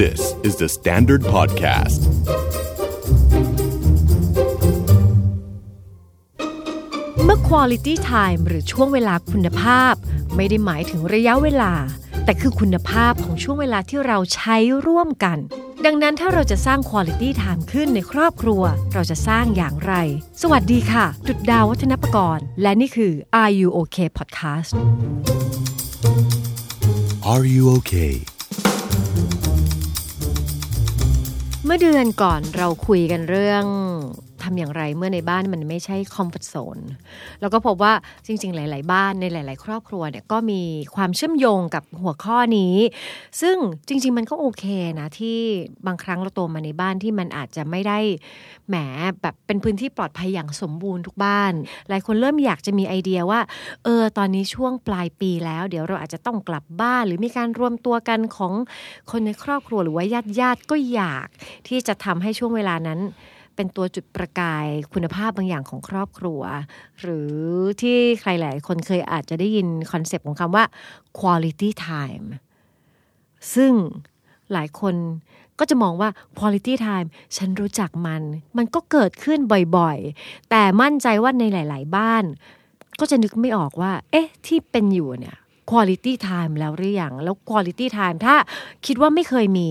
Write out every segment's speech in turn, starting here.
This is the Standard Podcast. Time เมื่อ quality time หรือช่วงเวลาคุณภาพ ไม่ได้หมายถึงระยะเวลา แต่คือคุณภาพของช่วงเวลาที่เราใช้ร่วมกัน ดังนั้นถ้าเราจะสร้าง quality time ขึ้นในครอบครัว เราจะสร้างอย่างไร สวัสดีค่ะ จุดดาววัฒนประกรณ์ และนี่คือ Are You OK Podcast Are you okay? เมื่อเดือนก่อนเราคุยกันเรื่องทำอย่างไรเมื่อในบ้านมันไม่ใช่คอมฟอร์ z โซนแล้วก็พบว่าจริง ๆ หลาย ๆ บ้านในหลาย ๆ ครอบครัวเนี่ยก็มีความเชื่อมโยงกับหัวข้อนี้ ซึ่งจริง ๆ มันก็โอเคนะ ที่บางครั้งเราโตมาในบ้านที่มันอาจจะไม่ได้แหมแบบเป็นพื้นที่ปลอดภัยอย่างสมบูรณ์ทุกบ้าน หลายคนเริ่มอยากจะมีไอเดียว่า เออตอนนี้ช่วงปลายปีแล้ว เดี๋ยวเราอาจจะต้องกลับบ้าน หรือมีการรวมตัวกันของคนในครอบครัวหรือว่าญาติญาติๆก็อยาก ที่จะทำให้ช่วงเวลานั้น เป็นตัวจุดประกายคุณภาพบางอย่างของครอบครัว หรือที่ใครหลายคนเคยอาจจะได้ยินคอนเซปต์ของคำว่า quality time ซึ่งหลายคนก็จะมองว่า quality time ฉันรู้จักมัน มันก็เกิดขึ้นบ่อยๆ แต่มั่นใจว่าในหลาย ๆ บ้าน ก็จะนึกไม่ออกว่า เอ๊ะ ที่เป็นอยู่เนี่ย quality time แล้วหรือยัง แล้ว quality time ถ้าคิดว่าไม่เคยมี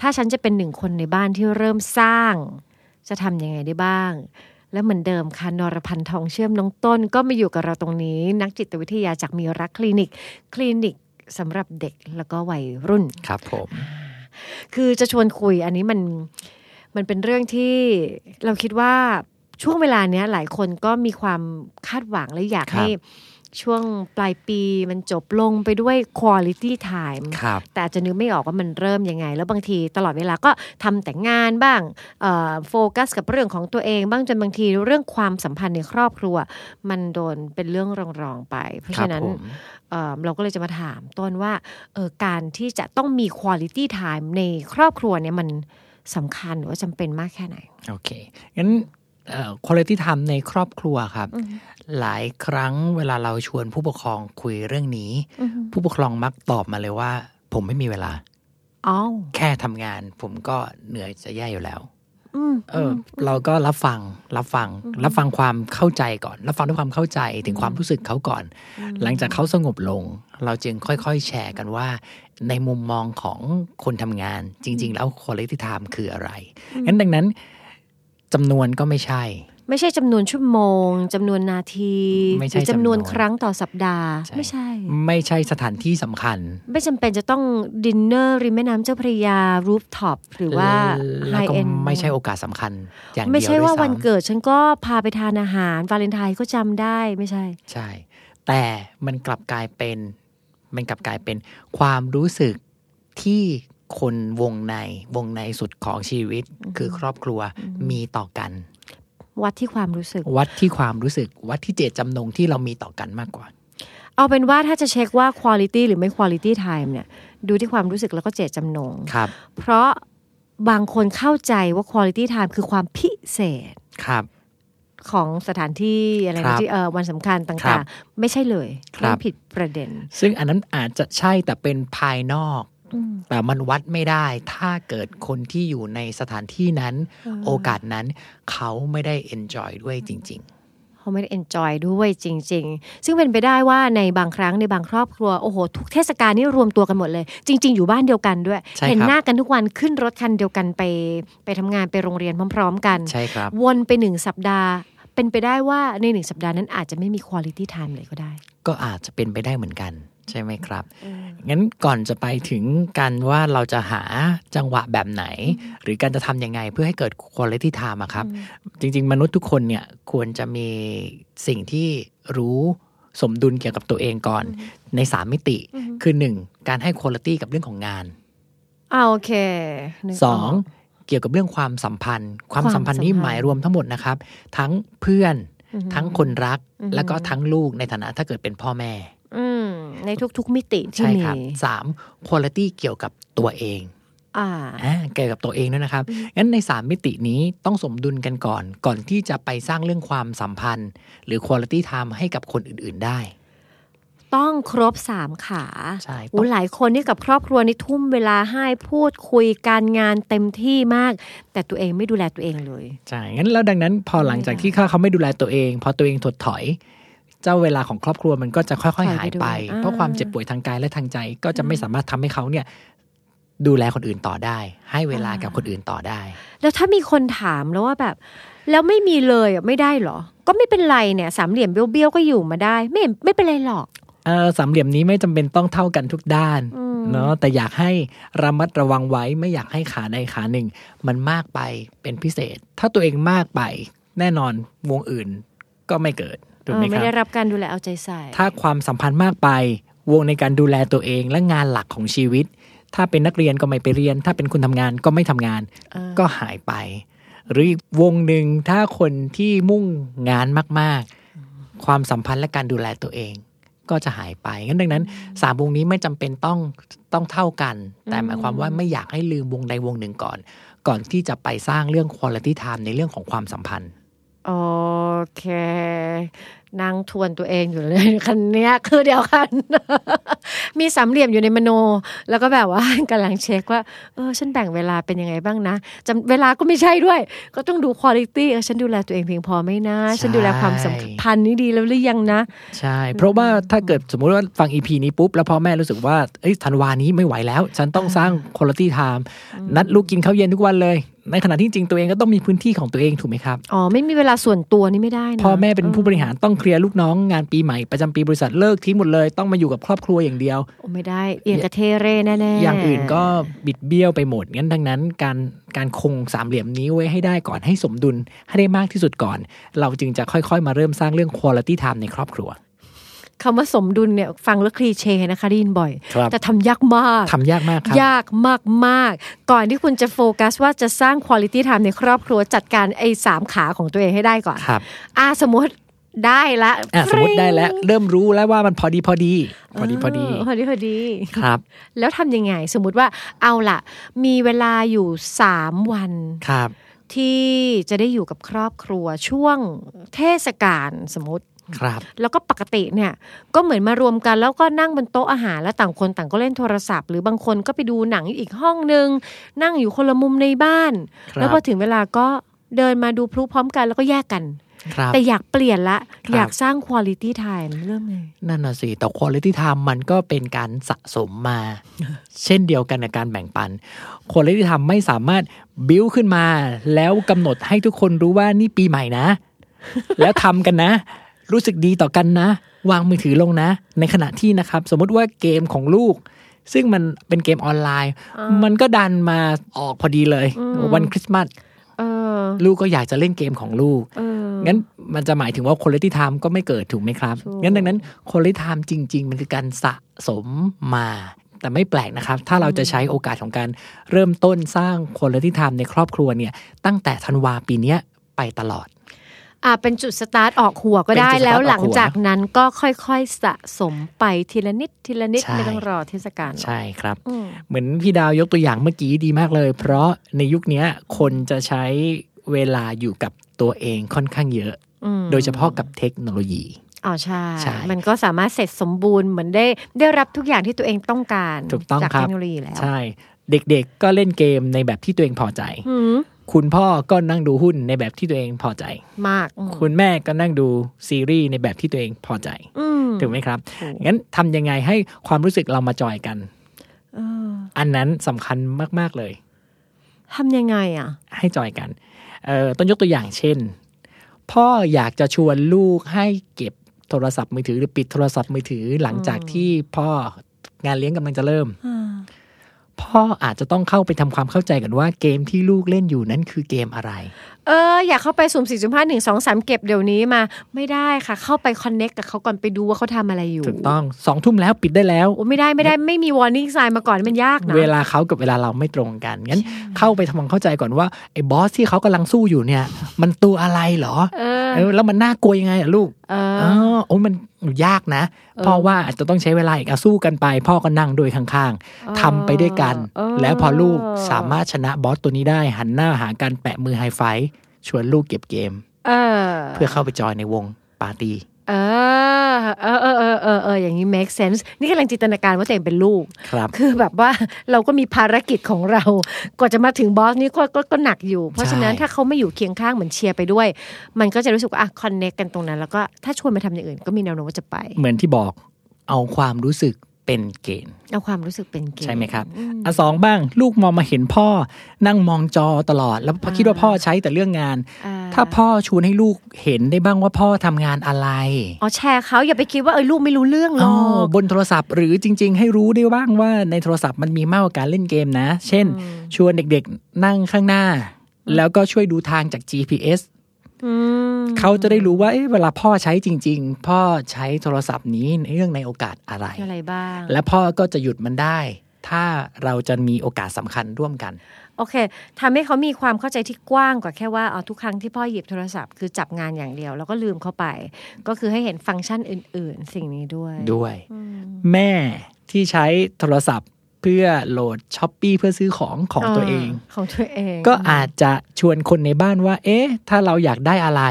ถ้าฉันจะเป็นหนึ่งคนในบ้านที่เริ่มสร้าง จะทำยังไงได้บ้าง และเหมือนเดิมค่ะนรพันธ์ทองเชื่อมน้องต้น ก็มาอยู่กับเราตรงนี้ นักจิตวิทยาจากมีรักคลินิก คลินิกสำหรับเด็กแล้วก็วัยรุ่น ครับผม คือจะชวนคุยอันนี้มันมันเป็นเรื่องที่เราคิดว่าช่วงเวลาเนี้ยหลายคนก็มีความคาดหวังและอยากให้ช่วงปลายปีมันจบลงไปด้วย quality time ครับ แต่อาจจะนึกไม่ออกว่ามันเริ่มยังไง แล้วบางทีตลอดเวลาก็ทำแต่งานบ้างเอ่อโฟกัสกับเรื่องของตัวเองบ้างจนบางทีเรื่องความสัมพันธ์ในครอบครัว มันโดนเป็นเรื่องรองๆไป เพราะ ครั ฉะนั้น ผม เอ่อเราก็เลยจะมาถามต้นว่าเออการที่จะต้องมีคุณลิตี้ไทม์ในครอบครัวเนี่ยมันสำคัญหรือว่าจำเป็นมากแค่ไหน โอเคงั้นคุณภาพทำในครอบครัวครับ หลายครั้งเวลาเราชวนผู้ปกครองคุยเรื่องนี้ ผู้ปกครองมักตอบมาเลยว่า ผมไม่มีเวลา อ้าว แค่ทำงาน ผมก็เหนื่อยจะแย่อยู่แล้ว อืม เอออเราก็รับฟังรับฟัง รับฟังความเข้าใจก่อน รับฟังด้วยความเข้าใจถึงความรู้สึกเขาก่อน หลังจากเขาสงบลง เราจึงค่อยๆ แชร์กันว่า ในมุมมองของคนทำงานจริง ๆ แล้วคุณภาพไทม์คืออะไรงั้นดังนั้นจำนวนก็ไม่ใช่ ไม่ใช่จำนวนชั่วโมงจำนวนนาที ไม่ใช่ หรือจำนวน จำนวน ครั้งต่อสัปดาห์ ใช่ ไม่ใช่ ไม่ใช่สถานที่สำคัญ ไม่จำเป็นจะต้องดินเนอร์ริมแม่น้ำเจ้าพระยารูฟท็อปหรือว่าไฮ แล้วก็ เอ็น ไม่ใช่โอกาสสำคัญ อย่างเดียว ไม่ใช่ ด้ย ว่าวัน ซ้ำ เกิดฉันก็พาไปทานอาหารวาเลนไทน์ก็จำได้ไม่ใช่ ใช่ แต่มันกลับกลายเป็น มันกลับกลายเป็นความรู้สึกที่คนวงในวงในสุดของชีวิต คือครอบครัวมีต่อกัน วัดที่ความรู้สึก วัดที่ความรู้สึก วัดที่เจตจำนงที่เรามีต่อกันมากกว่า เอาเป็นว่าถ้าจะเช็คว่าคุณ l i t y หรือไม่คุณ l i t y time เนี่ยดูที่ความรู้สึกแล้วก็เจตจำนง ครับ เพราะบางคนเข้าใจว่าคุณ l i t y time คือความพิเศษ ครับ ของสถานที่อะไร ครั นะ บ ที่เออวันสำคัญ ครั ต่าง บ ๆ ไม่ใช่เลย ครับ นั่นผิดประเด็น ซึ่งอันนั้นอาจจะใช่แต่เป็นภายนอก แต่มันวัดไม่ได้ ถ้าเกิดคนที่อยู่ในสถานที่นั้น โอกาสนั้นเขาไม่ได้ enjoy ด้วยจริง เขาไม่ได้ enjoy ด้วยจริง ๆ ซึ่งเป็นไปได้ว่าในบางครั้งในบางครอบครัว โอ้โห ทุกเทศกาลนี่รวมตัวกันหมดเลย จริง ๆ อยู่บ้านเดียวกันด้วย ใช่ครับ เห็นหน้ากันทุกวันขึ้นรถคันเดียวกันไปไปทำงานไปโรงเรียนพร้อม ๆ กัน ๆ ใช่ครับ วนไปหนึ่งสัปดาห์ เป็นไปได้ว่าในหนึ่งสัปดาห์นั้นอาจจะไม่มีคุณ l i t y time เลยก็ได้ ก็อาจจะเป็นไปได้เหมือนกัน ใช่ไหมครับ งั้นก่อนจะไปถึงกันว่าเราจะหาจังหวะแบบไหน หรือการจะทำยังไงเพื่อให้เกิดคุณภาพไทม์อะครับ จริง ๆ มนุษย์ทุกคนเนี่ยควรจะมีสิ่งที่รู้สมดุลเกี่ยวกับตัวเองก่อน ใน 3 มิติ คือ 1. การให้คุณภาพกับเรื่องของงาน อ่าโอเคนึกก 2. เกี่ยวกับเรื่องความสัมพันธ์ ความ ความ สัมพันธ์นี้ สัมพันธ์ หมายรวมทั้งหมดนะครับ ทั้งเพื่อน ทั้งคนรัก แล้วก็ทั้งลูกในฐานะถ้าเกิดเป็นพ่อแม่ อืมในทุกๆมิติที่ ใช่ มี ครับสามคุณภาพเกี่ยวกับตัวเอง อ่า อ่าเกี่ยวกับตัวเองด้วยนะครับ งั้นใน 3 มิตินี้ต้องสมดุลกันก่อน ก่อนที่จะไปสร้างเรื่องความสัมพันธ์ หรือคุณภาพไทม์ให้กับคนอื่นๆได้ ต้องครบสามขา ใช่ โอ้ ต้อง หลายคนนี่กับครอบครัวนี่ทุ่มเวลาให้พูดคุยการงานเต็มที่มาก แต่ตัวเองไม่ดูแลตัวเองเลย ใช่ งั้นแล้วดังนั้นพอหลังจากที่เขาเขาไม่ดูแลตัวเอง พอตัวเองถดถอย เจ้าเวลาของครอบครัวมันก็จะค่อยๆ หายไป ถอยไปด้วย เพราะความเจ็บป่วยทางกายและทางใจก็จะไม่สามารถทำให้เขาเนี่ยดูแลคนอื่นต่อได้ ให้เวลา อ่ากั กับคนอื่นต่อได้ แล้วถ้ามีคนถามแล้วว่าแบบ แล้วไม่มีเลยอะไม่ได้เหรอ ก็ไม่เป็นไรเนี่ย สามเหลี่ยมเบี้ยวๆก็อยู่มาได้ ไม่เห็นไม่เป็นไรหรอก เอ่อสามเหลี่ยมนี้ไม่จำเป็นต้องเท่ากันทุกด้าน อืม เนาะแต่อยากให้ระมัดระวังไว้ไม่อยากให้ขาใดขาหนึ่ง มันมากไปเป็นพิเศษ ถ้าตัวเองมากไป แน่นอนวงอื่นก็ไม่เกิดถูก เออ ไหมค ไม่ รับ ได้รับการดูแลเอาใจใส่ ถ้าความสัมพันธ์มากไป วงในการดูแลตัวเองและงานหลักของชีวิต ถ้าเป็นนักเรียนก็ไม่ไปเรียน ถ้าเป็นคุณทำงานก็ไม่ทำงาน เออ ก็หายไป หรืออีกวงหนึ่งถ้าคนที่มุ่งงานมาก ๆ ความสัมพันธ์และการดูแลตัวเอง ก็จะหายไปงั้นดังนั้นสามวงนี้ไม่จำเป็นต้องต้องเท่ากัน แต่หมายความว่าไม่อยากให้ลืมวงใดวงหนึ่งก่อน ก่อนที่จะไปสร้างเรื่องคุณภาพ time ในเรื่องของความสัมพันธ์ โอเคนั่งทวนตัวเองอยู่เลย คันเนี้ยคือเดียวกัน มีสามเหลี่ยมอยู่ในมโน แล้วก็แบบว่า กำลังเช็คว่า เออ ฉันแบ่งเวลาเป็นยังไงบ้างนะจำเวลาก็ไม่ใช่ด้วย ก็ต้องดูคุณภาพเออฉันดูแลตัวเองเพียงพอไหมนะ ใช่ ฉันดูแลความสัมพันธ์นี้ดีแล้วหรือยังนะ ใช่ เพราะว่าถ้าเกิดสมมุติว่าฟังอีพีนี้ปุ๊บ แล้วพ่อแม่รู้สึกว่าเอ้ยธันวานี้ไม่ไหวแล้ว ฉันต้อง สร้างคุณภาพ time นัดลูกกินข้าวเย็นทุกวันเลย ในขณะที่จริงตัวเองก็ต้องมีพื้นที่ของตัวเองถูกไหมครับ อ๋อ ไม่มีเวลาส่วนตัวนี่ไม่ได้นะ พ่อแม่เป็นผู้บริหารต้องเคลียร์ลูกน้องงานปีใหม่ประจำปีบริษัทเลิกทิ้งหมดเลย ต้องมาอยู่กับครอบครัวอย่างเดียว โอ้ไม่ได้ เอียงกระเทเร่แน่ๆ อ อย่าง อื่นก็บิดเบี้ยวไปหมดงั้นดังนั้น การการคงสามเหลี่ยมนี้ไว้ให้ได้ก่อนให้สมดุลให้ได้มากที่สุดก่อน เราจึงจะค่อยๆ มาเริ่มสร้างเรื่องคุณภาพ time ในครอบครัว คำว่าสมดุลเนี่ยฟังแล้วคลีเช่นะคะได้ยินบ่อย ครับ แต่ทำยากมาก ทำยากมากครับ ยากมากมากๆ ก่อนที่คุณจะโฟกัสว่าจะสร้างคุณ i t y time ในครอบครัวจัดการไอ้สามขาของตัวเองให้ได้ก่อน ครับ อ่าสมมติได้ละ อ่ะสมมติได้แล้ว เริ่มรู้แล้วว่ามันพอดีพอดี พอดีพอดี พอดีพอดี ครับ แล้วทำยังไง สมมติว่าเอาล่ะ มีเวลาอยู่ 3 วัน ครับ ที่จะได้อยู่กับครอบครัวช่วงเทศกาลสมมติ ครับ แล้วก็ปกติเนี่ยก็เหมือนมารวมกันแล้วก็นั่งบนโต๊ะอาหารแล้วต่างคนต่างก็เล่นโทรศัพท์ หรือบางคนก็ไปดูหนังอยู่อีกห้องนึง นั่งอยู่คนละมุมในบ้าน ครับ แล้วพอถึงเวลาก็เดินมาดูพลุพร้อมกันแล้วก็แยกกัน ครับ แต่อยากเปลี่ยนละ ครับ อยากสร้างคุณ i t y time เริ่มไง นั่นน่ะสิ แต่คุณ i t y time มันก็เป็นการสะสมมา เช่นเดียวกันกับการแบ่งปันคุณ i t y time ไม่สามารถบิ้วขึ้นมา แล้วกำหนดให้ทุกคนรู้ว่านี่ปีใหม่นะ แล้วทำกันนะ รู้สึกดีต่อกันนะ วางมือถือลงนะ ในขณะที่นะครับ สมมติว่าเกมของลูก ซึ่งมันเป็นเกมออนไลน์ มันก็ดันมาออกพอดีเลย วันคริสต์มาส เออ ลูกก็อยากจะเล่นเกมของลูก เออ งั้นมันจะหมายถึงว่าคุณลิ t y t ไทม์ก็ไม่เกิดถูกไหมครับ ถูก งั้นดังนั้นคุณลิ t y t ไทม์จริง ๆ มันคือการสะสมมา แต่ไม่แปลกนะครับ ถ้าเราจะใช้โอกาสของการเริ่มต้นสร้างคุณลิ t y t ไทม์ในครอบครัวเนี่ย ตั้งแต่ธันวาปีเนี้ยไปตลอด อ่ะเป็นจุดสตาร์ทออกหัวก็ได้ เป็นจุดสตาร์ท แล้วหลั อง อกหัว จากนั้นก็ค่อยๆสะสมไปทีละนิดทีละนิด ใช่ ไม่ต้องรอเทศกาลหรอก ใช่ครับ อืม เหมือนพี่ดาวยกตัวอย่างเมื่อกี้ดีมากเลย เพราะในยุคเนี้ยคนจะใช้เวลาอยู่กับตัวเองค่อนข้างเยอะ อืม โดยเฉพาะกับเทคโนโลยี อ๋อใช่ ใช่ มันก็สามารถเสร็จสมบูรณ์เหมือนได้ได้รับทุกอย่างที่ตัวเองต้องการ ถูกต้อง จาก ครับ เทคโนโลยีแล้ว ใช่ เด็กๆก็เล่นเกมในแบบที่ตัวเองพอใจ หืม คุณพ่อก็นั่งดูหุ้นในแบบที่ตัวเองพอใจ มากอืม คุณแม่ก็นั่งดูซีรีส์ในแบบที่ตัวเองพอใจ อืม ถูกไหมครับ ถูก งั้นทำยังไงให้ความรู้สึกเรามาจอยกัน เออ อันนั้นสำคัญมาก ๆ เลย ทำยังไงอ่ะ ให้จอยกัน เอ่อต้องยกตัวอย่างเช่น พ่ออยากจะชวนลูกให้เก็บโทรศัพท์มือถือหรือปิดโทรศัพท์มือถือหลังจากที่พ่องานเลี้ยงกำลังจะเริ่ม พ่ออาจจะต้องเข้าไปทำความเข้าใจกันว่าเกมที่ลูกเล่นอยู่นั้นคือเกมอะไร เอออยากเข้าไปสุ่มสี่สุ่มห้าหนึ่งสองสามเก็บเดี๋ยวนี้มาไม่ได้ค่ะ เข้าไปคอนเน็กกับเขาก่อนไปดูว่าเขาทำอะไรอยู่ ถูกต้องสองทุ่มแล้วปิดได้แล้ว โอ้ไม่ได้ไม่ได้ไม่มีวอร์นิ่งไซน์มาก่อนมันยากนะ เวลาเขากับเวลาเราไม่ตรงกันงั้นเข้าไปทำความเข้าใจก่อนว่าไอ้บอสที่เขากำลังสู้อยู่เนี่ย มันตัวอะไรเหรอ เออ เออแล้วมันน่ากลัวยังไงอะลูก เออ อ๋อโอ้ยมันยากนะพ่อว่าอาจจะต้องใช้เวลาอีกอะสู้กันไป พ่อก็นั่งโดยข้างๆทำไปด้วยกัน เออ แล้วพอลูกสามารถชนะบอสตัวนี้ได้ หันหน้าหากันแปะมือไฮไฟว์ชวนลูกเก็บเกม เออ เพื่อเข้าไปจอยในวงปาร์ตี้ เอ เออเออเออเออเออเอออย่างนี้ make sense นี่กำลังจินตนาการว่าตัวเองเป็นลูก ครับ คือแบบว่า เราก็มีภารกิจของเรา กว่าจะมาถึงบอสนี่ก็ก็ก็หนักอยู่ เพราะฉะนั้น ใช่ ถ้าเขาไม่อยู่เคียงข้างเหมือนเชียร์ไปด้วย มันก็จะรู้สึกว่าอ่ะคอนเน c กันตรงนั้น แล้วก็ถ้าชวนมาทำอย่างอื่นก็มีแนวโน้มว่าจะไป เหมือนที่บอกเอาความรู้สึกเป็นเกณฑ์ เอาความรู้สึกเป็นเกณฑ์ ใช่ไหมครับอ่ะสองบ้างลูกมองมาเห็นพ่อ นั่งมองจอตลอด แล้วพอคิดว่าพ่อใช้แต่เรื่องงาน อ่ ถ้าพ่อชวนให้ลูกเห็นได้บ้างว่าพ่อทำงานอะไร อ๋อแชร์เขาอย่าไปคิดว่าเออลูกไม่รู้เรื่องหร อ๋อ อก บนโทรศัพท์หรือจริง ๆ ให้รู้ได้บ้างว่าในโทรศัพท์มันมีมากกว่าการเล่นเกมนะ เช่น ชวนเด็กๆนั่งข้างหน้า แล้วก็ช่วยดูทางจาก GPS อืม เขาจะได้รู้ว่าเอ๊ะเวลาพ่อใช้จริง ๆ พ่อใช้โทรศัพท์นี้ในเรื่องในโอกาสอะไร อะไรบ้าง และพ่อก็จะหยุดมันได้ ถ้าเราจะมีโอกาสสำคัญร่วมกัน โอเคทำให้เขามีความเข้าใจที่กว้างกว่าแค่ว่าเอาทุกครั้งที่พ่อหยิบโทรศัพท์คือจับงานอย่างเดียว แล้วก็ลืมเข้าไป ก็คือให้เห็นฟังก์ชันอื่น ๆ สิ่งนี้ด้วย ด้วย แม่ที่ใช้โทรศัพท์เพื่อโหลดช้อปปีเพื่อซื้อของของตัวเอง ของตัวเอง ก็อาจจะชวนคนในบ้านว่า เอ๊ะ ถ้าเราอยากได้อะไร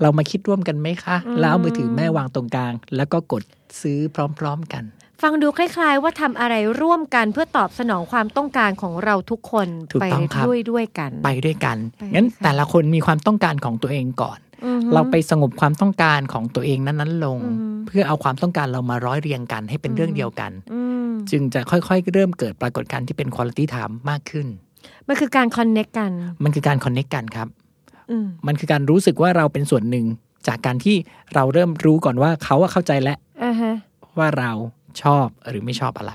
เรามาคิดร่วมกันไหมคะ แล้วเอามือถือแม่วางตรงกลาง แล้วก็กดซื้อพร้อมๆกัน ฟังดูคล้าย ๆ ว่าทำอะไรร่วมกันเพื่อตอบสนองความต้องการของเราทุกคน ถูก ไป ต้องครับ ด้วยด้วยกัน ไปด้วยกัน ไป งั้น ด้วยกัน แต่ละคนมีความต้องการของตัวเองก่อน อือฮึ เราไปสงบความต้องการของตัวเองนั้นๆลง เพื่อเอาความต้องการเรามาร้อยเรียงกันให้เป็นเรื่องเดียวกัน อืม จึงจะค่อยๆ เริ่มเกิดปรากฏการณ์ที่เป็นคุณภาพไทม์มากขึ้น มันคือการคอนเน็กกัน มันคือการคอนเน c t กันครับ อืม มันคือการรู้สึกว่าเราเป็นส่วนหนึ่ง จากการที่เราเริ่มรู้ก่อนว่าเขาอะเข้าใจแล้ว อ่าฮะ ว่าเราชอบหรือไม่ชอบอะไร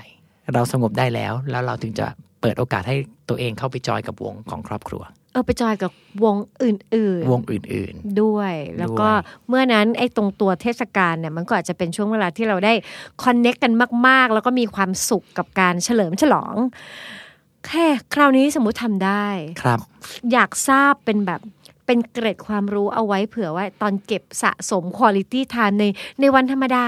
เราสงบได้แล้ว แล้วเราถึงจะเปิดโอกาสให้ตัวเองเข้าไปจอยกับวงของครอบครัว เออไปจอยกับวงอื่นๆ วงอื่น ด้วยแล้วก็ ด้วย เมื่อนั้นไอ้ตรงตัวเทศกาลเนี่ยมันก็อาจจะเป็นช่วงเวลาที่เราได้คอนเน็กกันมาก ๆ แล้วก็มีความสุขกับการเฉลิมฉลอง แค่คราวนี้สมมุติทำได้ ๆ ครับ อยากทราบเป็นแบบเป็นเกร็ดความรู้เอาไว้เผื่อว่าตอนเก็บสะสมคุณ i t y ทานในในวันธรรมดา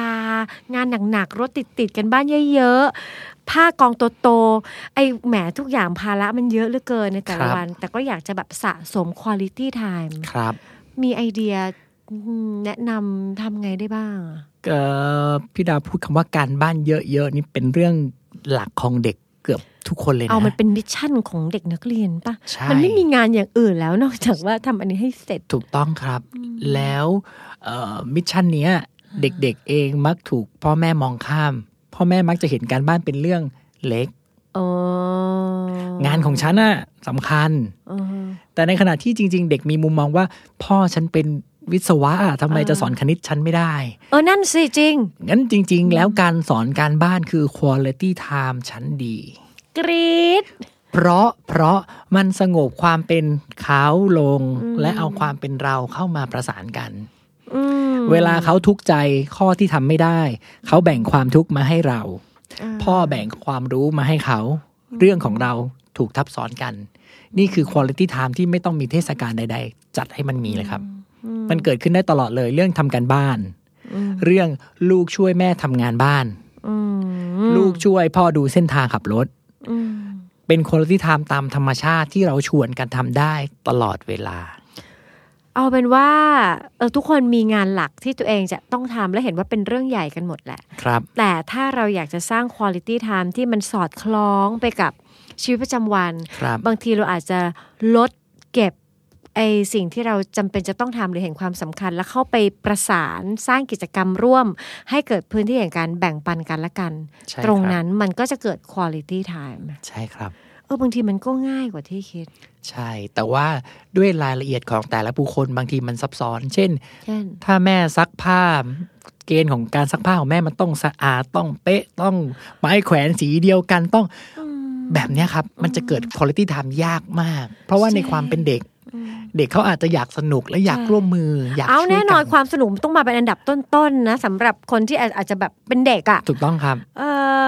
งานหนัก ๆ รถติด ๆ กันบ้านเยอะ ๆ ผ้ากองโตๆไอแหมทุกอย่างภาระมันเยอะเหลือเกินในแต่ละ ครับ วัน แต่ก็อยากจะแบบสะสมคุณ i t y ท i m e ครับ มีไอเดียอืมแนะนำทำไงได้บ้างอะ เอ่อพี่ดาวพูดคำว่าการบ้านเยอะๆนี่เป็นเรื่องหลักของเด็กเกือบทุกคนเลยนะ เอามันเป็นมิชชั่นของเด็กนักเรียนปะ ใช่ มันไม่มีงานอย่างอื่นแล้วนอกจากว่าทำอันนี้ให้เสร็จ ถูกต้องครับ แล้วเอ่อมิชชั่นเนี้ย เด็กๆเองมักถูกพ่อแม่มองข้าม พ่อแม่มักจะเห็นการบ้านเป็นเรื่องเล็ก อ๋อง านของฉันน่ะสำคัญ อ๋อ แต่ในขณะที่จริง ๆ เด็กมีมุมมองว่า พ่อฉันเป็นวิศวะอะทำไมจะสอนคณิตฉันไม่ได้ เออ นั่นสิจริง งั้นจริง ๆ แล้วการสอนการบ้านคือ quality time ชั้นดี กรีด เพราะเพราะมันสงบความเป็นเขาลง และเอาความเป็นเราเข้ามาประสานกัน อืม เวลาเขาทุกข์ใจข้อที่ทำไม่ได้ เขาแบ่งความทุกข์มาให้เรา พ่อแบ่งความรู้มาให้เขา เรื่องของเราถูกทับซ้อนกัน นี่คือคุณ i t y time ที่ไม่ต้องมีเทศกาลใด ๆ จัดให้มันมีเลยครับ มันเกิดขึ้นได้ตลอดเลย เรื่องทำการบ้าน เรื่องลูกช่วยแม่ทำงานบ้าน อืม ลูกช่วยพ่อดูเส้นทางขับรถ อืม เป็นคุณ i t y time ตามธรรมชาติที่เราชวนกันทำได้ตลอดเวลา เอาเป็นว่าเออทุกคนมีงานหลักที่ตัวเองจะต้องทำและเห็นว่าเป็นเรื่องใหญ่กันหมดแหละ ครับ แต่ถ้าเราอยากจะสร้างคุณ i t y time ที่มันสอดคล้องไปกับชีวิตประจำวัน ครับ บางทีเราอาจจะลดเก็บไอสิ่งที่เราจำเป็นจะต้องทำหรือเห็นความสำคัญ แล้วเข้าไปประสานสร้างกิจกรรมร่วม ให้เกิดพื้นที่แห่งการแบ่งปันกันและกัน ใช่ครับ ตรงนั้นมันก็จะเกิด quality time ใช่ครับ เออบางทีมันก็ง่ายกว่าที่คิด ใช่ แต่ว่าด้วยรายละเอียดของแต่ละบุคคลบางทีมันซับซ้อน เช่น เช่น ถ้าแม่ซักผ้า เกณฑ์ของการซักผ้าของแม่มันต้องสะอาด ต้องเป๊ะ ต้องไม้แขวนสีเดียวกัน ต้องแบบเนี้ยครับ มันจะเกิดคุณ i t y time ยากมาก เพราะว่าในความเป็นเด็ก เด็กเขาอาจจะอยากสนุกและอยากร่วมมือ อยาก เอา ช่วย แน่นอนค กั วามสนุกมันต้องมาเป็นอันดับต้นๆนะสำหรับคนที่อาจจะแบบเป็นเด็กอ่ะ ถูกต้องครับ เออ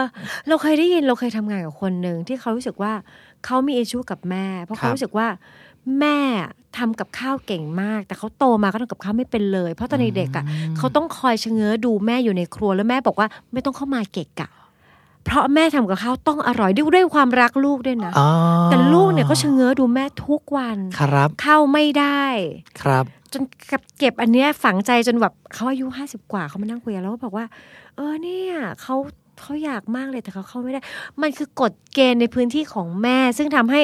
เราเคยได้ยินเราเคยทำงานกับคนหนึ่งที่เขารู้สึกว่าเขามีอิชูกับแม่ เพราะ ครับ เขารู้สึกว่าแม่ทำกับข้าวเก่งมาก แต่เขาโตมาก็ทำกับข้าวไม่เป็นเลย เพราะตอนเด็กๆอ่ะเขาต้องคอยชะเง้อดูแม่อยู่ในครัวแล้วแม่บอกว่าไม่ต้องเข้ามาเกะกะ เพราะแม่ทำกับข้าวต้องอร่อยด้วยด้วยความรักลูกด้วยนะ อ๋อ แต่ลูกเนี่ยก็ชะเง้อดูแม่ทุกวัน ครับ เข้าไม่ได้ ครับ จนเก็บอันเนี้ยฝังใจจนแบบเขาอายุห้าสิบกว่าเขามานั่งคุยกันแล้วก็บอกว่า เออเนี่ยเขาเขาอยากมากเลยแต่เขาเข้าไม่ได้ มันคือกฎเกณฑ์ในพื้นที่ของแม่ ซึ่งทำให้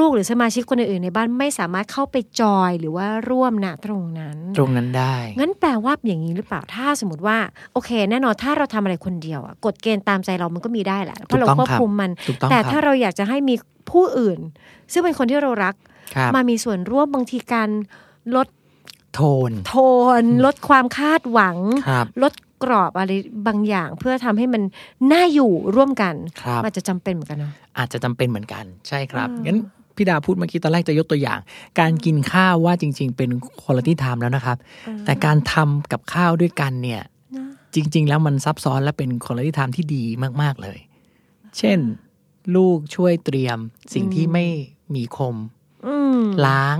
ลูกๆ หรือสมาชิกคนอื่นๆในบ้านไม่สามารถเข้าไปจอยหรือว่าร่วมณตรงนั้น ตรงนั้นได้ งั้นแปลว่าอย่างนี้หรือเปล่าถ้าสมมติว่า โอเค แน่นอนถ้าเราทำอะไรคนเดียวอะกฎเกณฑ์ตามใจเรามันก็มีได้แหละเพราะเรา ถูกต้อควบงครับ คุมมัน ถูกต้อง แต่ ค ถ้า รับ เราอยากจะให้มีผู้อื่น ซึ่งเป็นคนที่เรารัก ครับ มามีส่วนร่วมบางทีการลด โทน โทน ลดความคาดหวัง ครับ ลดกรอบอะไรบางอย่าง เพื่อทำให้มันน่าอยู่ร่วมกัน ครับ มันจะจำเป็นเหมือนกันเนาะ อาจจะจำเป็นเหมือนกันใช่ครับ อืม งั้นพี่ดาพูดเมื่อกี้ตอนแรกจะยกตัวอย่าง การกินข้าวว่าจริง ๆ เป็นคุณภาพแล้วนะครับ แต่การทำกับข้าวด้วยกันเนี่ย นะ จริง ๆ แล้วมันซับซ้อนและเป็นคุณภาพที่ดีมาก ๆ เลย เช่น ลูกช่วยเตรียมสิ่งที่ไม่มีคม อืม ล้าง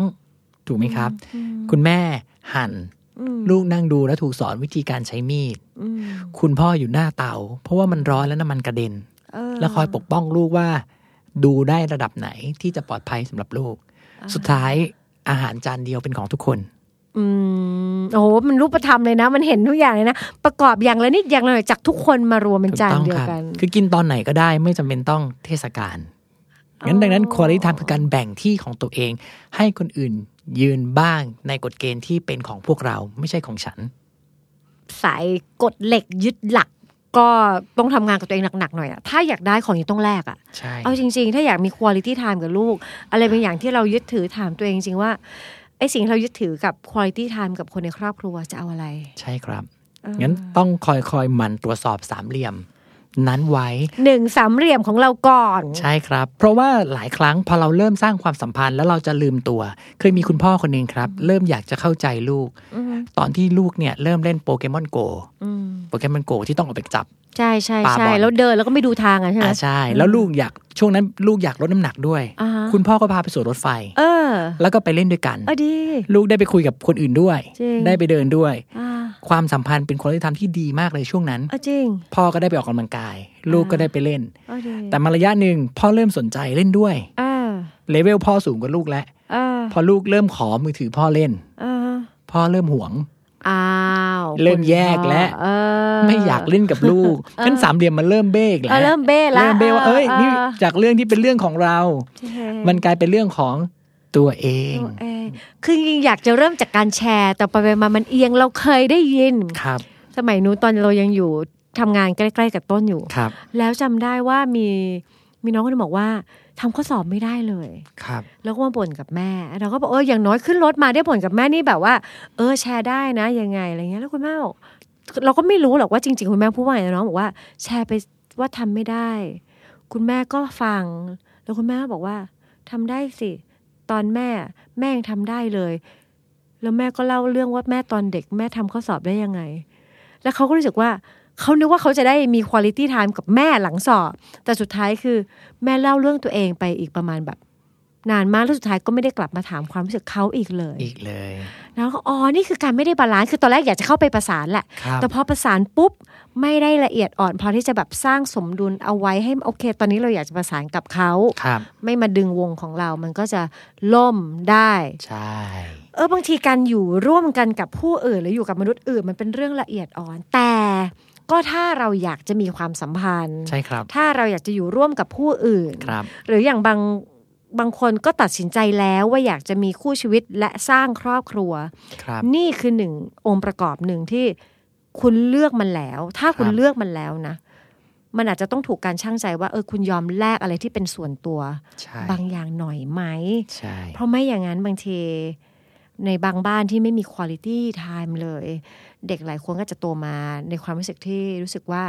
ถูกไหมครับ คุณแม่หั่น อืม ลูกนั่งดูและถูกสอนวิธีการใช้มีด อืม คุณพ่ออยู่หน้าเตา เพราะว่ามันร้อนและน้ำมันกระเด็น เออ และคอยปกป้องลูกว่า ดูได้ระดับไหนที่จะปลอดภัยสำหรับลูก สุดท้ายอาหารจานเดียวเป็นของทุกคน อืมโอ้โหมันรูปธรรมเลยนะ มันเห็นทุกอย่างเลยนะ ประกอบอย่างละนิดอย่างละหน่อยจากทุกคนมารวมเป็นจานเดียวกัน คือกินตอนไหนก็ได้ไม่จำเป็นต้องเทศกาล งั้นดังนั้นคุณลิธรรมคือการแบ่งที่ของตัวเอง ให้คนอื่นยืนบ้างในกฎเกณฑ์ที่เป็นของพวกเราไม่ใช่ของฉัน สายกดเหล็กยึดหลัก ก็ต้องทำงานกับตัวเองหนักๆหน่อยอะถ้าอยากได้ของอย่างนี้ต้องแลกอะ ใช่ เอาจริง ๆ ถ้าอยากมีคุณ i t y time กับลูก อะไรเป็นอย่างที่เรายึดถือถามตัวเองจริงๆว่าไอ้สิ่งที่เรายึดถือกับคุณ i t y time กับคนในครอบครัวจะเอาอะไร ใช่ครับ เออ งั้นต้องคอยคอยหมั่นตรวจสอบสามเหลี่ยม นั้นไว้ หนึ่งสามเหลี่ยมของเราก่อน ใช่ครับ เพราะว่าหลายครั้งพอเราเริ่มสร้างความสัมพันธ์แล้วเราจะลืมตัว เคยมีคุณพ่อคนหนึ่งครับ เริ่มอยากจะเข้าใจลูก อืม ตอนที่ลูกเนี่ยเริ่มเล่นโปเกมอนโก อืม โปเกมอนโกที่ต้องออกไปจับ ใช่ใช่ ปาบอล ใช่แล้วเดินแล้วก็ไม่ดูทางอะใช่ไหม อ่าใช่ แล้วลูกอยากช่วงนั้นลูกอยากลดน้ำหนักด้วย อ่าฮะ คุณพ่อก็พาไปสวนรถไฟ เออ แล้วก็ไปเล่นด้วยกัน เออดี ลูกได้ไปคุยกับคนอื่นด้วย จริง ได้ไปเดินด้วย อ่า ความสัมพันธ์เป็นคนที่ทำที่ดีมากเลยช่วงนั้น เออจริง พ่อก็ได้ไปออกกำลังกาย ลูกก็ได้ไปเล่น เออดี แต่มาระยะหนึ่งพ่อเริ่มสนใจเล่นด้วย เออ เลเวลพ่อสูงกว่าลูกแล้ว เออ พอลูกเริ่มขอมือถือพ่อเล่น เออ พ่อเริ่มหวง อ้าว เริ่มแยกและ เออ ไม่อยากเล่นกับลูกงั้นสามเหลี่ยมมันเริ่มเบ้อีกแล้ เอ ว อเริ่มเบ้ละ เริ่มเบ้ว่าเอ้ยนี่ เออ จากเรื่องที่เป็นเรื่องของเรา มันกลายเป็นเรื่องของตัวเอง เออคือจริงๆอยากจะเริ่มจากการแชร์ แต่ไปๆมามันเอียงเราเคยได้ยิน ครับ สมัยนู้นตอนเรายังอยู่ทำงานใกล้ๆกับต้นอยู่ ครับ แล้วจำได้ว่ามีมีน้องคนหนึงบอกว่าทำข้อสอบไม่ได้เลย ครับ แล้วก็มาบ่นกับแม่ เราก็บอกเอออย่างน้อยขึ้นรถมาได้บ่นกับแม่นี่แบบว่า เออแชร์ได้นะยังไงอะไรเงี้ยแล้วคุณแม่บอกเราก็ไม่รู้หรอกว่าจริง ๆ คุณแม่พูดว่าไงนะน้องบอกว่า แชร์ไปว่าทำไม่ได้ คุณแม่ก็ฟัง แล้วคุณแม่ก็บอกว่าทำได้สิ ตอนแม่แม่ยังทำได้เลย แล้วแม่ก็เล่าเรื่องว่าแม่ตอนเด็กแม่ทำข้อสอบได้ยังไง แล้วเขาก็รู้สึกว่าเขานึกว่าเขาจะได้มีคุณ i t y time กับแม่หลังสอบ แต่สุดท้ายคือแม่เล่าเรื่องตัวเองไปอีกประมาณแบบ นานมากแล้วสุดท้ายก็ไม่ได้กลับมาถามความรู้สึกเขาอีกเลย อีกเลย แล้วก็อ๋อนี่คือการไม่ได้บาลานซ์คือตอนแรกอยากจะเข้าไปประสานแหละ ครับ แต่พอประสานปุ๊บ ไม่ได้ละเอียดอ่อนพอที่จะแบบสร้างสมดุลเอาไว้ให้โอเค ตอนนี้เราอยากจะประสานกับเขา ครับ ไม่มาดึงวงของเรา มันก็จะล่มได้ ใช่ เออบางทีการอยู่ร่วมกันกับผู้อื่น หรืออยู่กับมนุษย์อื่นมันเป็นเรื่องละเอียดอ่อน แต่ก็ถ้าเราอยากจะมีความสัมพันธ์ ใช่ครับ ถ้าเราอยากจะอยู่ร่วมกับผู้อื่น ครับ หรืออย่างบางบางคนก็ตัดสินใจแล้วว่าอยากจะมีคู่ชีวิตและสร้างครอบครัว ครับ นี่คือหนึ่งองค์ประกอบหนึ่งที่คุณเลือกมันแล้ว ถ้าคุณ ครับ เลือกมันแล้วนะ มันอาจจะต้องถูกการช่างใจว่าเออคุณยอมแลกอะไรที่เป็นส่วนตัว ใช่ บางอย่างหน่อยไหม ใช่ เพราะไม่อย่างนั้นบางทีในบางบ้านที่ไม่มีคุณ i t y time เลย เด็กหลายคนก็จะโตมาในความรู้สึกที่รู้สึกว่า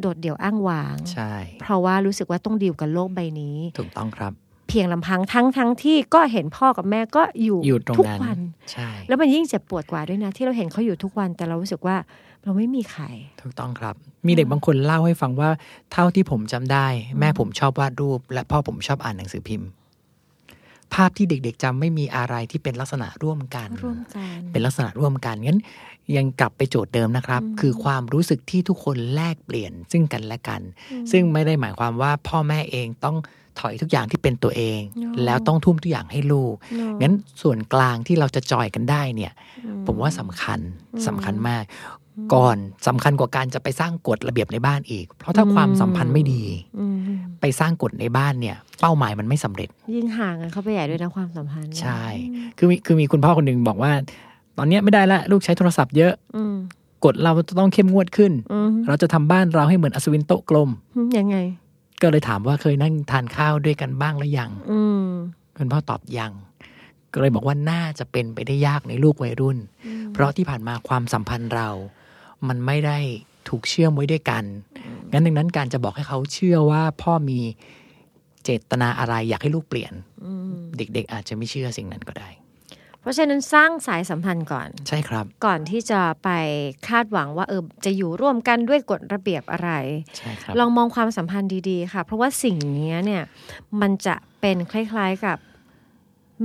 โดดเดี่ยวอ้างว้าง ใช่ เพราะว่ารู้สึกว่าต้องดีลกับโลกใบนี้ ถูกต้องครับ เพียงลำพังทั้งทั้งที่ก็เห็นพ่อกับแม่ก็อยู่ อยู่ตรง ทุก นั้น วัน ใช่ แล้วมันยิ่งเจ็บปวดกว่าด้วยนะ ที่เราเห็นเขาอยู่ทุกวันแต่เรารู้สึกว่าเราไม่มีใคร ถูกต้องครับ มีเด็กบางคนเล่าให้ฟังว่า เท่าที่ผมจำได้ แม่ผมชอบวาดรูป และพ่อผมชอบอ่านหนังสือพิมพ์ ภาพที่เด็กๆจำไม่มีอะไรที่เป็นลักษณะร่วมกัน ร่วมกัน เป็นลักษณะร่วมกันงั้นยังกลับไปโจทย์เดิมนะครับ อืม คือความรู้สึกที่ทุกคนแลกเปลี่ยนซึ่งกันและกัน อืม ซึ่งไม่ได้หมายความว่าพ่อแม่เองต้องถอยทุกอย่างที่เป็นตัวเอง โน้ แล้วต้องทุ่มทุกอย่างให้ลูก เนอะ งั้นส่วนกลางที่เราจะจอยกันได้เนี่ย อื ผมว่าสำคัญ อืม สำคัญมาก ก่อนสำคัญกว่าการจะไปสร้างกฎระเบียบในบ้านอีก เพราะถ้า อืม ความสัมพันธ์ไม่ดี อืม ไปสร้างกฎในบ้านเนี่ย เป้าหมายมันไม่สำเร็จ ยิ่งห่างกันเข้าไปใหญ่ด้วยนะความสัมพันธ์ ใช่ คือมีคือมีคุณพ่อคนหนึ่งบอกว่า ตอนเนี้ยไม่ได้ละลูกใช้โทรศัพท์เยอะ อืม กฎเราจะต้องเข้มงวดขึ้น อืม เราจะทำบ้านเราให้เหมือนอัศวินโต๊ะกลม อืมยังไง ก็เลยถามว่าเคยนั่งทานข้าวด้วยกันบ้างหรือยัง อืม คุณพ่อตอบยัง ก็เลยบอกว่าน่าจะเป็นไปได้ยากในลูกวัยรุ่น เพราะที่ผ่านมาความสัมพันธ์เรา มันไม่ได้ถูกเชื่อมไว้ด้วยกัน งั้นดังนั้นการจะบอกให้เขาเชื่อว่าพ่อมีเจตนาอะไรอยากให้ลูกเปลี่ยน อืม เด็กๆ อาจจะไม่เชื่อสิ่งนั้นก็ได้ เพราะฉะนั้นสร้างสายสัมพันธ์ก่อน ใช่ครับ ก่อนที่จะไปคาดหวังว่าเออจะอยู่ร่วมกันด้วยกฎระเบียบอะไร ใช่ครับ ลองมองความสัมพันธ์ดีๆ ค่ะ เพราะว่าสิ่งเนี้ยเนี่ยมันจะเป็นคล้ายๆกับ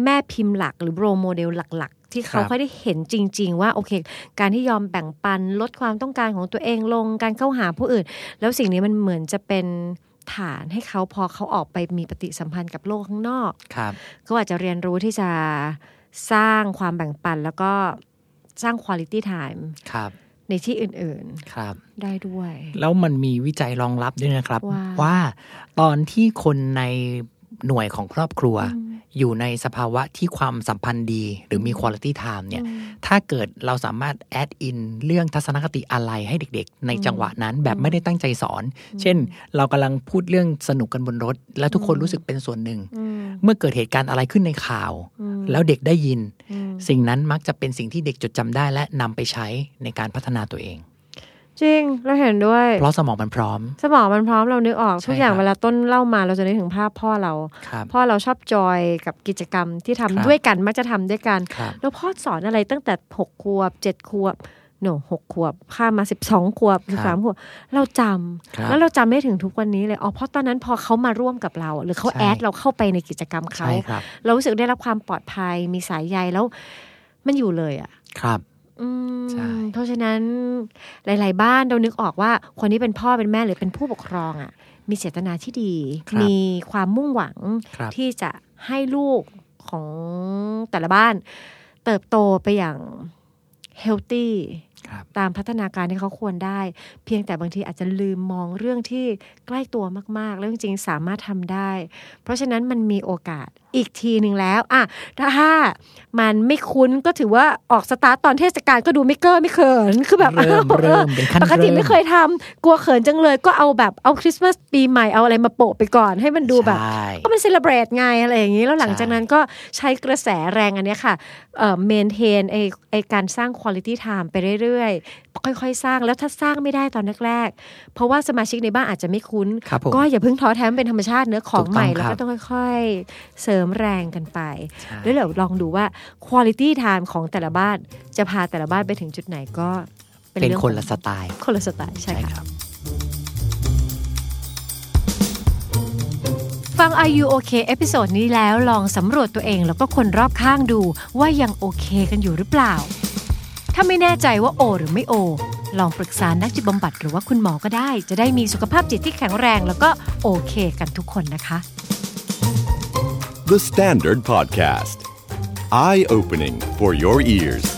แม่พิมพ์หลักหรือโรโมเดลหลักๆ ที่เขา ครับ ค่อยได้เห็นจริง ๆ ว่าโอเค การที่ยอมแบ่งปันลดความต้องการของตัวเองลงการเข้าหาผู้อื่น แล้วสิ่งนี้มันเหมือนจะเป็นฐานให้เขาพอเขาออกไปมีปฏิสัมพันธ์กับโลกข้างนอก ครับ ก็อาจจะเรียนรู้ที่จะสร้างความแบ่งปันแล้วก็สร้างคุณ i t y time ครับ ในที่อื่น ครับ ๆ ได้ด้วย แล้วมันมีวิจัยรองรับด้วยนะครับ ว่า ตอนที่คนในหน่วยของครอบครัว อยู่ในสภาวะที่ความสัมพันธ์ดี หรือมีคุณ i t y time เนี่ย ถ้าเกิดเราสามารถแอดอินเรื่องทัศนคติอะไรให้เด็กๆ ในจังหวะนั้นแบบไม่ได้ตั้งใจสอน เช่น เรากำลังพูดเรื่องสนุกกันบนรถ แล้วทุกคนรู้สึกเป็นส่วนหนึ่ง อืม เมื่อเกิดเหตุการณ์อะไรขึ้นในข่าว อืม แล้วเด็กได้ยิน อืม สิ่งนั้นมักจะเป็นสิ่งที่เด็กจดจำได้และนำไปใช้ในการพัฒนาตัวเอง จริง เราเห็นด้วย เพราะสมองมันพร้อม สมองมันพร้อมเรานึกออก ใช่ ทุกอย่าง ครับ เวลาต้นเล่ามาเราจะนึกถึงภาพพ่อเรา ครับ พ่อเราชอบจอยกับกิจกรรมที่ทำ ครับ ด้วยกันมักจะทำด้วยกัน ครับ แล้วพ่อสอนอะไรตั้งแต่หกขวบเจ็ดขวบโนหกขวบข้ามมาสิบสองขวบ ครั สิ บบ สามขวบเราจำ ครับ แล้วเราจำได้ถึงทุกวันนี้เลยอ๋อเพราะตอนนั้นพอเขามาร่วมกับเรา หรือเขาแอดเราเข้าไปในกิจกรรมเขา ใช่ครับ เรารู้สึกได้รับความปลอดภัยมีสายใยแล้ว มันอยู่เลยอ่ะ ครับ อืม ใช่ เพราะฉะนั้นหลาย ๆ บ้านเรานึกออกว่าคนที่เป็นพ่อเป็นแม่หรือเป็นผู้ปกครองอ่ะ มีเจตนาที่ดี ครับ มีความมุ่งหวัง ครับ ที่จะให้ลูกของแต่ละบ้าน เติบโตไปอย่างเฮลตี้ ครับ ตามพัฒนาการที่เขาควรได้ เพียงแต่บางทีอาจจะลืมมองเรื่องที่ใกล้ตัวมาก ๆ แล้วจริง ๆ สามารถทำได้ เพราะฉะนั้นมันมีโอกาสอีกทีหนึ่งแล้วอ่ะถ้า มันไม่คุ้นก็ถือว่าออกสตาร์ทตอนเทศกาลก็ดูไม่เกอร์ไม่เขินคือ แบบ เริ่มเริ่มเป็นขั้น ปกติ เริ่ม ไม่เคยทำกลัวเขินจังเลยก็เอาแบบเอาคริสต์มาสปีใหม่เอาอะไรมาโปะไปก่อนให้มันดูแบบ ใช่ ก็มันเซเลบรตไงอะไรอย่างนี้ แล้วหลังจาก ใช่ นั้นก็ใช้กระแสแรงอันเนี้ยค่ะเอ่อเมนเทนไอไอการสร้างคุณ i t y time ไปเรื่อยๆ ค่อยๆ สร้างแล้วถ้าสร้างไม่ได้ตอนแรกๆ เพราะว่าสมาชิกในบ้านอาจจะไม่คุ้น ครับผม ก็อย่าเพิ่งท้อแท้มนเป็นธรรมชาติเนื้อะของ ถูกต้อง ใหม่แล้ว ครั ก็ บ ต้องค่อยๆ เสริมแรงกันไป ใช่ แล้วเดี๋ยวลองดูว่าคุณ i t y time ของแต่ละบ้าน จะพาแต่ละบ้านไปถึงจุดไหนก็เป็น เป็น รื่อง คนละสไตล์ คนละสไตล์ใช่ ใช่ ค่ะ ครับ ฟัง Are You OK เอพิโซดนี้แล้วลองสำรวจตัวเองแล้วก็คนรอบข้างดูว่ายังโอเคกันอยู่หรือเปล่า ถ้าไม่แน่ใจว่าโอ หรือไม่โอ ลองปรึกษานักจิตบำบัดหรือว่าคุณหมอก็ได้ จะได้มีสุขภาพจิตที่แข็งแรงแล้วก็โอเคกันทุกคนนะคะ The Standard Podcast. Eye opening for your ears.